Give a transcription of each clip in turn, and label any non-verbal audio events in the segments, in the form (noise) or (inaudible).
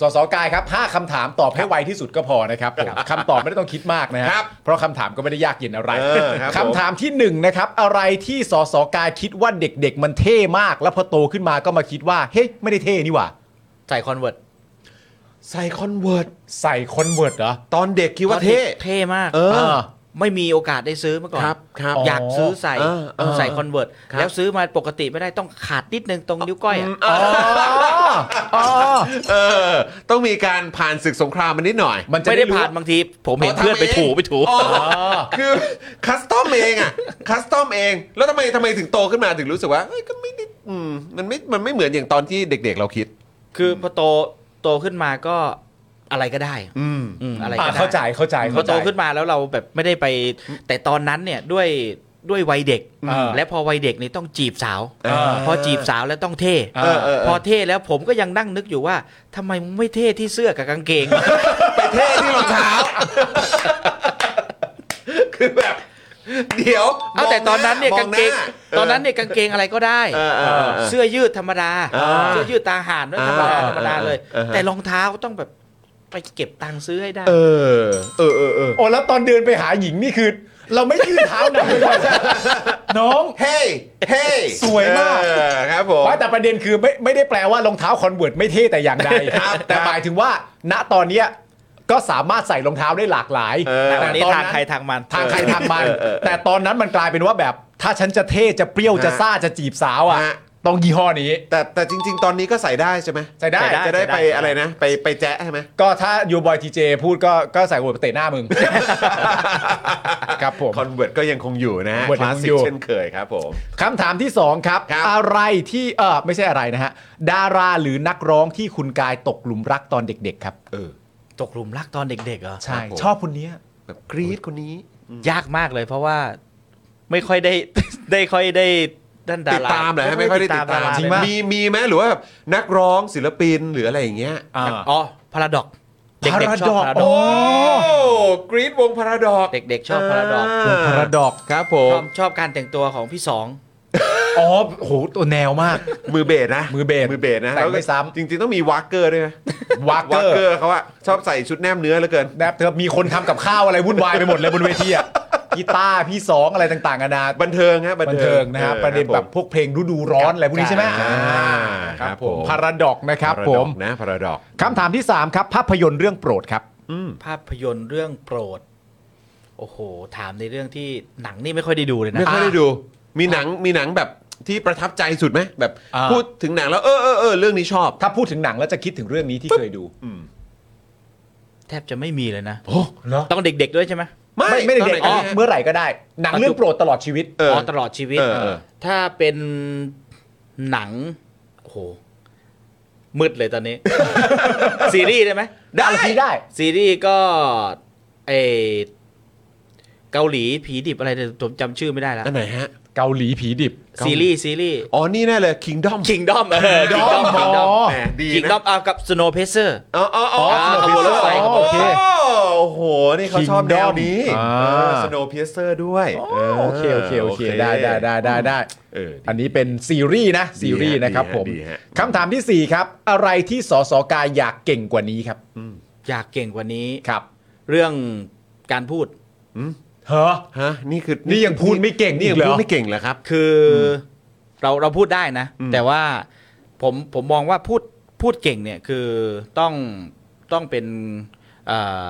สสกายครับห้าคำถามตอบให้ไวที่สุดก็พอนะครับผมคำตอบไม่ได้ต้องคิดมากนะฮะ ครับ เพราะคำถามก็ไม่ได้ยากเย็นอะไร เออครับผม คำถามที่หนึ่งนะครับ อะไรที่สสกายคิดว่าเด็กๆ มันเท่มาก แล้วพอโตขึ้นมาก็มาคิดว่า เฮ้ยไม่ได้เท่นี่หว่า ใส่คอนเวิร์ต ใส่คอนเวิร์ต ใส่คอนเวิร์ตเหรอ ตอนเด็กคิดว่าเท่ เท่มาก เออ ไม่มีโอกาสได้ซื้อมาก่อน ครับครับ อยากซื้อใส่ เออเออ ใส่คอนเวิร์ต ครับ แล้วซื้อมาปกติไม่ได้ต้องขาดนิดนึงตรงนิ้วก้อยอะ อ๋ออ๋อ เออ ต้องมีการผ่านศึกสงครามมานิดหน่อย มันจะ ไม่ได้ผ่าน รู้ บางที ผมเห็น อ๋อทำ เพื่อนไป เอง ถูไปถู อ๋อ คือคัสตอมเองอะคัสตอมเอง แล้วทำไมทำไมถึงโตขึ้นมาถึงรู้สึกว่าเอ้ยก็ไม่ได้อืมมันไม่มันไม่เหมือนอย่างตอนที่เด็ก ๆ เราคิด คือพอโตโตขึ้นมาก็อะไรก็ได้ อืม อืมอะไร อ่ะ ก็ได้ เข้าใจเข้าใจ พอ เข้าใจ โตขึ้นมาแล้วเราแบบไม่ได้ไป แต่ตอนนั้นเนี่ยด้วยด้วยวัยเด็ก อ่า และพอวัยเด็กนี่ต้องจีบสาว อ่า พอจีบสาวแล้วต้องเท่ อ่า เออเออ พ พ อ อ เท่แล้วผมก็ยังนั่งนึกอยู่ว่าทำไมมึงไม่เท่ที่เสื้อกับกางเกง ไปเท่ที่รองเท้า คือแบบ เดี๋ยว เอาแต่ตอนนั้นเนี่ย ม กางเกง ห ตอนนั้นเนี่ยกางเกงอะไรก็ได้ เออเออเออ เสื้อยืดธรรมดา อ่า เสื้อยืดตาห่านด้วยธรรมดาธรรมดาเลย อ่าฮะ แต่รองเท้าต้องแบบไปเก็บตังค์ซื้อให้ได้ เออเออเออเออ โอ้แล้วตอนเดินไปหาหญิงนี่คือ เราไม่ยื่นเท้านำไปก่อนใช่ไหมน้อง เฮ้ยเฮ้ย สวยมาก เออครับผม ว่าแต่ประเด็นคือไม่ไม่ได้แปลว่ารองเท้าคอนเวิร์ตไม่เท่แต่อย่างใด ครับ แต่ ครับ หมายถึงว่า ณตอนเนี้ยก็สามารถใส่รองเท้าได้หลากหลาย เออ แต่วันนี้ ตอ ทางใครทางมัน ทางใครทางมัน เออเออเออ แต่ตอนนั้นมันกลายเป็นว่าแบบ ถ้าฉันจะเท่จะเปรี้ยวจะซ่าจะจีบสาวอ่ะ ฮะ ต้องยี่ห้อนี้ แต่แต่จริง ๆ ตอนนี้ก็ใส่ได้ใช่ไหม ใส่ได้ จะได้ ใส่ได้ ไปอะไรนะ ไปไปแจ๊ะใช่ไหม ก็ถ้ายูบอยทีเจพูดก็ก็ใส่หัวเตะหน้ามึง ครับผม คอนเวิร์ตก็ยังคงอยู่นะฮะ Convert ยัคลางคงสสิ อก ยู่ เช่นเคยครับผม คำถามที่สองครับ ครับ อะไรที่เออไม่ใช่อะไรนะฮะ ดาราหรือนักร้องที่คุณกายตกหลุมรักตอนเด็ก ๆ ครับ เออ ตกหลุมรักตอนเด็กๆเหรอ ใช่ ครับผม ชอบคนเนี้ย แบบกรี๊ดคนนี้ ยากมากเลยเพราะว่าไม่ค่อยได้ (laughs) ได้ค่อยได้ด้านดา ติด รา ตามเหรอฮะไม่ค่อยได้ติดตาม ดร จริงปะ มีมีไหมหรือว่าแบบนักร้องศิลปินหรืออะไรอย่างเงี้ย อ่า อ๋อพาราดอกเด็กๆชอบพาราด โ อก โอ้กรี๊ดวงพาราดอก เด็กๆชอบพาราดอก วงพาราดอก ครับผ ช ม อบชอบการแต่งตัวของพี่สอง อ๋อโหตัวแนวมาก มือเบสนะ มือเบส มือเบสนะ แต่ง แล้วก็ ไม่ซ้ำ จริง ๆ ต้องมีวากเกอร์ด้วยไหม วากเกอวาก ร์ เกอร์เขาอะชอบใส่ชุดแนมเนื้อเหลือเกิน นะครับเธอมีคนทำกับข้าวอะไรวุ่นวายไปหมดเลยบนเว (laughs) ทีอ่ะกีตาร์พี่สองอะไรต่างๆนานา บันเทิงฮะบัน บันเทิเทิง งนะฮะ ออ ประเด็น ค แบบ ผม พวกเพลงฤดูร้อนอะไรพวกนี้ใช่ไหม อ่า ค ครั รับบ ผ ผม ม พาราดอกนะครับ พา ผ ราดอ ม กนะพาราดอก คำถามที่ 3 ครับ ภาพยนตร์เรื่องโปรดครับ ภาพยนตร์เรื่องโปรด โอ้โห ถามในเรื่องที่หนังนี่ไม่ค่อยได้ดูเลยนะ ไม่ค่อยได้ดู มีหนังมีหนังแบบที่ประทับใจสุดไหมแบบ อ่า พูดถึงหนังแล้วเออเออเออเรื่องนี้ชอบ ถ้าพูดถึงหนังแล้วจะคิดถึงเรื่องนี้ที่เคยดู แทบจะไม่มีเลยนะ โอ้ เนาะ ต้องเด็กๆด้วยใช่ไหม ไม่ ไม่ไม่ได้เด็ก ตอน อ๋ ห อน กัน เมื่อไหร่ก็ได้ หนังเรื่องโปรดตลอดชีวิต เออ อตลอดชีวิต เออเออ ถ้าเป็นหนัง โอ้โห มืดเลยตอน (laughs) นี้ ซีรีส์ได้ไหม ได้ได้ ซีรีส์ก็เออเกาหลีผีดิบอะไรเนี่ยผมจำชื่อไม่ได้แล้ว อันไหนฮะ เกาหลีผีดิบ ซีรีส์ซีรีส์ อ๋อ นี่แน่เลย Kingdom คิงดอมเออคิงดอมคิงดอม อ๋อ แหมดี คิงดอ นะ มเอากับ Snow Pacer อ๋ออ๋ออ๋อ อ๋อขบวนรถไฟขบโอวนรถไฟเคโอ้โห นี่เขาชอบ Kingdom แนวนี้ อ่า สโนว์พีเซอร์ด้วย โอเคโอเคโอเคได้ได้ได้ได้ได้ เออ อันนี้เป็นซีรีส์นะ ซีรีส์นะครับ ดี ผ ฮะ ม ดีฮะ คำถามทีสี่ 4 ครับ อะไรที่สสกายอยากเก่งกว่านี้ครับ อยากเก่งกว่านี้ ครับ เรื่องการพูด เหรอ ฮะ นี่คือ นี่ยังพูดไม่เก่ง นี่ยัง อีกเหรอ พูดไม่เก่งเหรอครับ คืออเราเราพูดได้นะ แต่ว่าผมผมมองว่าพูดพูดเก่งเนี่ยคือต้องต้องเป็นเอ่อ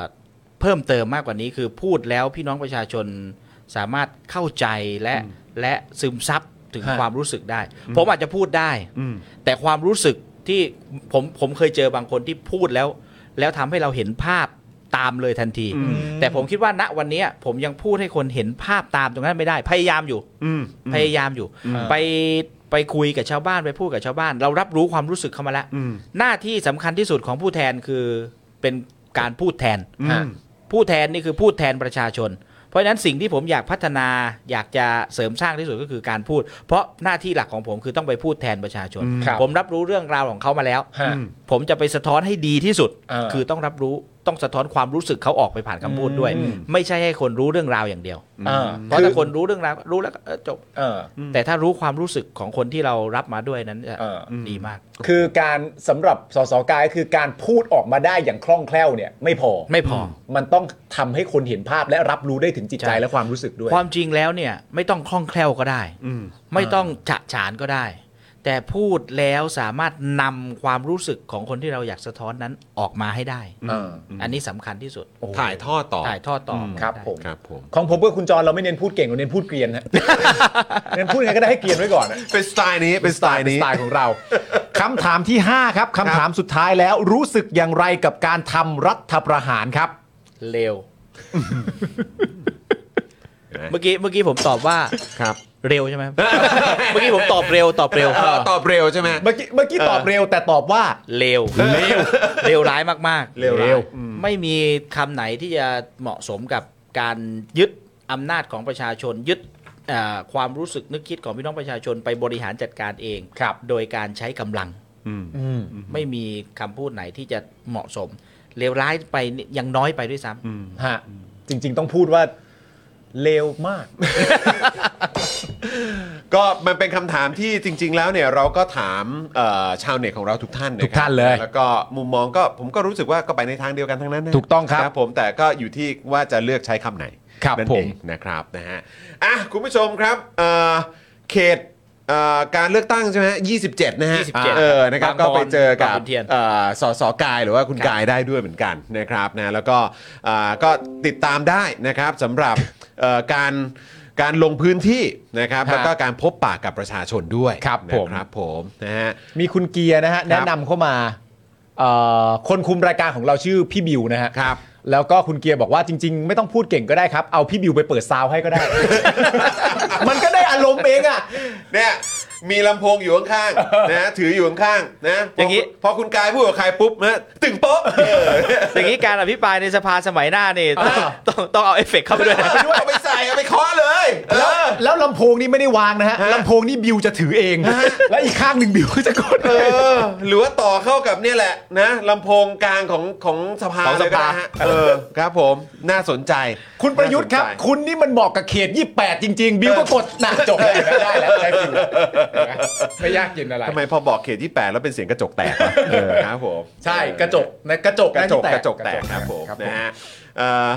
เพิ่มเติมมากกว่านี้ คือพูดแล้วพี่น้องประชาชนสามารถเข้าใจและและซึมซับถึง ฮะ ความรู้สึกได้ ผมอาจจะพูดได้ แต่ความรู้สึกที่ผมผมเคยเจอบางคนที่พูดแล้ว แล้วทำให้เราเห็นภาพตามเลยทันที แต่ผมคิดว่าณวันเนี้ยผมยังพูดให้คนเห็นภาพตามตรงนั้นไม่ได้ พยายามอยู่ อืม พยายามอยู่ อืม ไปไปคุยกับชาวบ้านไปพูดกับชาวบ้าน เรารับรู้ความรู้สึกเขามาแล้ว อืม หน้าที่สำคัญที่สุดของผู้แทนคือเป็นการพูดแทน อืม ผู้แทนนี่คือพูดแทนประชาชน เพราะฉะนั้นสิ่งที่ผมอยากพัฒนาอยากจะเสริมสร้างที่สุดก็คือการพูด เพราะหน้าที่หลักของผมคือต้องไปพูดแทนประชาชน อืม ครับ ผมรับรู้เรื่องราวของเขามาแล้ว ฮะ อืม ผมจะไปสะท้อนให้ดีที่สุด เออ คือต้องรับรู้ ต้องสะท้อนความรู้สึกเขาออกไปผ่านคำพูดด้วย อืม ไม่ใช่ให้คนรู้เรื่องราวอย่างเดียว เออ เพราะถ้าคนรู้เรื่องราวรู้แล้วก็เออจบ เออ แต่ถ้ารู้ความรู้สึกของคนที่เรารับมาด้วยนั้นจะ เออ ดีมาก คือการสำหรับสสกายคือการพูดออกมาได้อย่างคล่องแคล่วเนี่ย ไม่พอ ไม่พอ มันต้องทำให้คนเห็นภาพและรับรู้ได้ถึงจิตใจ ใช่ และความรู้สึกด้วย ความจริงแล้วเนี่ยไม่ต้องคล่องแคล่วก็ได้ อืม ไม่ต้องฉะฉานก็ได้ แต่พูดแล้วสามารถนำความรู้สึกของคนที่เราอยากสะท้อนนั้นออกมาให้ได้ เออ อันนี้สำคัญที่สุด โอ้โห ถ่ายทอดต่อ ถ่ายทอดต่ออ ม ครับผม ครับผม ของผมกับคุณจรเราไม่เน้นพูดเก่งเราเน้นพูดเกรียนฮะ (laughs) เน้นพูดยังไงก็ได้ให้เกรียนไว้ก่อนอะ เป็นสไตล์นี้เป็นสไตล์นี้ สไตล์ของเรา (laughs) คำถามที่ 5 ครับคำถามสุดท้ายแล้วรู้สึกอย่างไรกับการทำรัฐประหารครับ เร็ว เมื่อกี้เมื่อกี้ผมตอบว่า ครับ เร็วใช่ไหม เมื่อกี้ผมตอบเร็วตอบเร็ว เออตอบเร็วใช่ไหม เมื่อกี้เมื่อกี้ตอบเร็วแต่ตอบว่า เร็วเร็วเร็วร้ายมากๆ เร็วร้าย อืมไม่มีคำไหนที่จะเหมาะสมกับการยึดอำนาจของประชาชนยึดเอ่อความรู้สึกนึกคิดของพี่น้องประชาชนไปบริหารจัดการเองครับโดยการใช้กำลัง ไม่มีคำพูดไหนที่จะเหมาะสมเลวร้ายไปนี่ยังน้อยไปด้วยซ้ำ ฮะจริง ๆ ต้องพูดว่าเร็วม (laughs) าก ก็มันเป็นคำถามที่จริง ๆ แล้วเนี่ยเราก็ถามเอ่อชาวเน็ตของเราทุกท่านะครับ ทุกท่านเลย แล้วก็มุมมองก็ผมก็รู้สึกว่าก็ไปในทางเดียวกันทั้งนั้นนะ ถูกต้องครับ ผมแต่ก็อยู่ที่ว่าจะเลือกใช้คำไหน ครับ นั่น ผม เองนะครับนะฮะอ่ะคุณผู้ชมครับเอ่อเขตเอ่อการเลือกตั้งใช่ไหม27 นะฮะ 27 เออนะครับก็ไปเจอกับ บางขุนเทียน เอ่อสสกายหรือว่าคุณกายได้ด้วยเหมือนกันนะครับนะแล้วก็อ่าก็ติดตามได้นะครับสำหรับเอ่อการการลงพื้นที่นะครับ ฮะ แล้วก็การพบปะกับประชาชนด้วย ครับผม นะครับผมนะฮะ มีคุณเกียร์นะฮะแนะนำเข้ามาเอ่อคนคุมรายการของเราชื่อพี่บิวนะฮะ ครับ แล้วก็คุณเกียร์บอกว่าจริง ๆ ไม่ต้องพูดเก่งก็ได้ครับ เอาพี่บิวไปเปิดซาวให้ก็ (laughs) ได้ มันก็ได้อารมณ์เองอ่ะ เนี่ยมีลำโพงอยู่ข้างๆ นะถืออยู่ข้างๆนะ อย่างงี้ นี้พอคุณกายพูดกับใครปุ๊บนะตึงโป๊ะเออ อย่างนี้การอภิปรายในสภาสมัยหน้านี่ต้อง อ่า ต้องต้องเอาเอฟเฟกต์เข้าไปด้วยนะ เอาไปใส่เอาไปเคาะเลยเอ แล้ว อ แล้วลำโพงนี่ไม่ได้วางนะฮะ ฮะ ลำโพงนี่บิวจะถือเอง และอีกข้างหนึ่งบิวก็จะกด เออหรือว่าต่อเข้ากับเนี่ยแหละนะลำโพงกลางของของสภา ของสภา เลยก็ได้ฮะเออครับผมน่าสนใจ คุณประยุทธ์ครับ น่าสนใจ คุณนี่มันเหมาะกับเขต 28 จริง ๆ บิวก็กดหนักจบเลยนะได้แล้วได้บิวนะไม่ยากเย็นอะไร ทำไมพอบอกเขตที่ 8 แล้วเป็นเสียงกระจกแตกวะ (laughs) เออครับผม ใช่กระจกนะกระจก กระจก น กระจกแตกครับผม ครับ นะฮะเอ่อ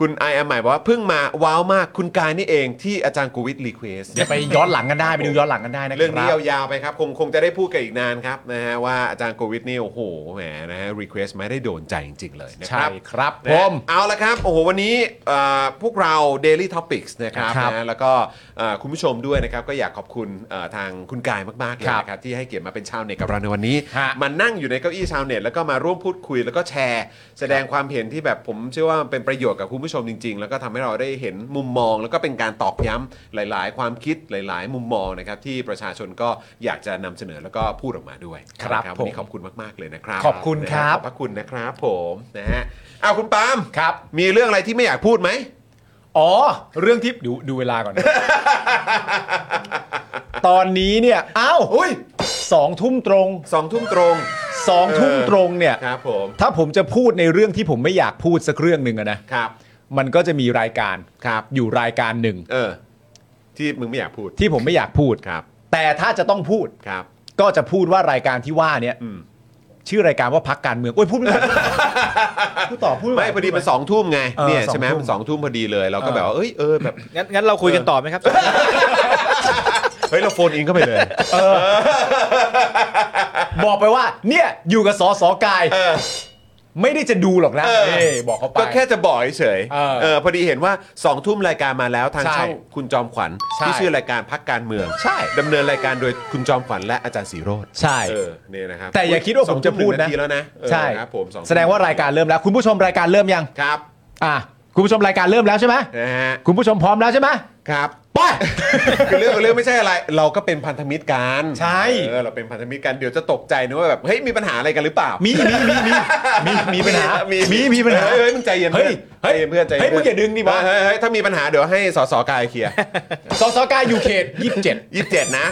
คุณไอแอมใหม่บอกว่าเพิ่งมาว้าวมากคุณกายนี่เองที่อาจารย์กูวิทรีเควส เดี๋ยวไปย้อนหลังกันได้ไปดูย้อนหลังกันได้นะคบ เรื่องนี้ยาวๆไปครับ คงคงจะได้พูดกันอีกนานครับนะฮะว่าอาจารย์กูวิทนี่โอ้โหแหมนะฮะรีเควสไม่ได้โดนใจจริงๆเลยนะค ใช่ รับ ครับผ นะ ม เอาละครับ โอ้โห วันนี้เอ่อพวกเรา Daily Topics นะครับ ครับ นะแล้วก็เอ่อคุณผู้ชมด้วยนะครับ ก็อยากขอบคุณเอ่อทางคุณกายมาก ๆ เลย ครับ นะครับ ที่ให้เกียรติมาเป็นชาวเน็ตกับเราในวันนี้ ฮะ มานั่งอยู่ในเก้าอี้ชาวเน็ต แล้วก็มาร่วมพูดคุย แล้วก็แชร์ แสดงความเห็นที่แบบผมเชื่อว่ามันเป็นประโยชน์กับคุณผู้ชมจริง ๆ แล้วก็ทำให้เราได้เห็นมุมมอง แล้วก็เป็นการตอกย้ำหลาย ๆ ความคิดหลาย ๆ มุมมองนะครับที่ประชาชนก็อยากจะนำเสนอแล้วก็พูดออกมาด้วย ครับ นะ ผม วันนี้ขอบคุณมาก ๆ เลยนะครับ ขอบคุณครับ นะขอบพระคุณนะครับผมนะฮะเอาคุณปาล์ม ครับ มีเรื่องอะไรที่ไม่อยากพูดไหม อ๋อ เรื่องที่ดูดูเวลา (laughs) ก่อนนะ ตอนนี้เนี่ยอ้าว อุ้ย สองทุ่มตรง สองทุ่มตรง สองทุ่มตรงเนี่ย ครับผม ถ้าผมจะพูดในเรื่องที่ผมไม่อยากพูดสักเรื่องหนึ่งอะนะ ครับ มันก็จะมีรายการ ครับ อยู่รายการหนึ่ง เออ ที่มึงไม่อยากพูด ที่ผมไม่อยากพูด ครับ แต่ถ้าจะต้องพูด ครับ ก็จะพูดว่ารายการที่ว่าเนี่ย อืม ชื่อรายการว่าพักการเมืองโอ้ยพูด (laughs) ไม่ได้ พูดต่อพูด ไม่ ไม่ พอดีมันสองทุ่มไง เออ เนี่ย สอง ใช่ไหม ทุ่ม มันสองทุ่มพอดีเลย เราก็แบบว่าเอ้ย เออ แบบ งั้นงั้นเราคุยกันต่อไหมครับ เฮ้ย เราโฟนอินเข้าไปเลย บอกไปว่า เนี่ยอยู่กับสอสอกาย เออ ไม่ได้จะดูหรอกนะ เออ นี่บอกเขาไป (laughs) ก็แค่จะบอกเฉยๆ เออ เออ พอดีเห็นว่าสองทุ่มรายการมาแล้วทาง ใช่ ช่องคุณจอมขวัญ ใช่ ที่ชื่อรายการพักการเมือง ใช่ ดำเนินรายการโดยคุณจอมขวัญและอาจารย์สีโรจน์ ใช่ เออ เนี่ยนะครับ แต่อย่าคิดว่าผมจะพูด สองทุ่มหง นะ ทีแล้วนะเออ ใช่ ครับผมองทุ่ม แสดงว่ารายการเริ่มแล้ว คุณผู้ชมรายการเริ่มยัง ครับ อ่ะคุณผู้ชมรายการเริ่มแล้วใช่ไหม นะฮะ คุณผู้ชมพร้อมแล้วใช่ไหม ครับ ไป คือเรื่องของเรื่อง (laughs) ไม่ใช่อะไร เราก็เป็นพันธมิตรกัน ใช่ เออเราเป็นพันธมิตรกันเดี๋ยวจะตกใจนะว่าแบบเฮ้ยมีปัญหาอะไรกันหรือเปล่ามี มีมีมีมีมีมีปัญหามีมีปัญหา เฮ้ยเฮ้ยมึงใจเย็น เฮ้ย เฮ้ยเพื่อนใจเย็น เฮ้ยมึงอย่าดึงดิวะ เฮ้ยเฮ้ยถ้ามีปัญหาเดี๋ยวให้สสกายเคลียร์ สอสอกายอยู่เขต27 ยี่สิบเจ็ดนะ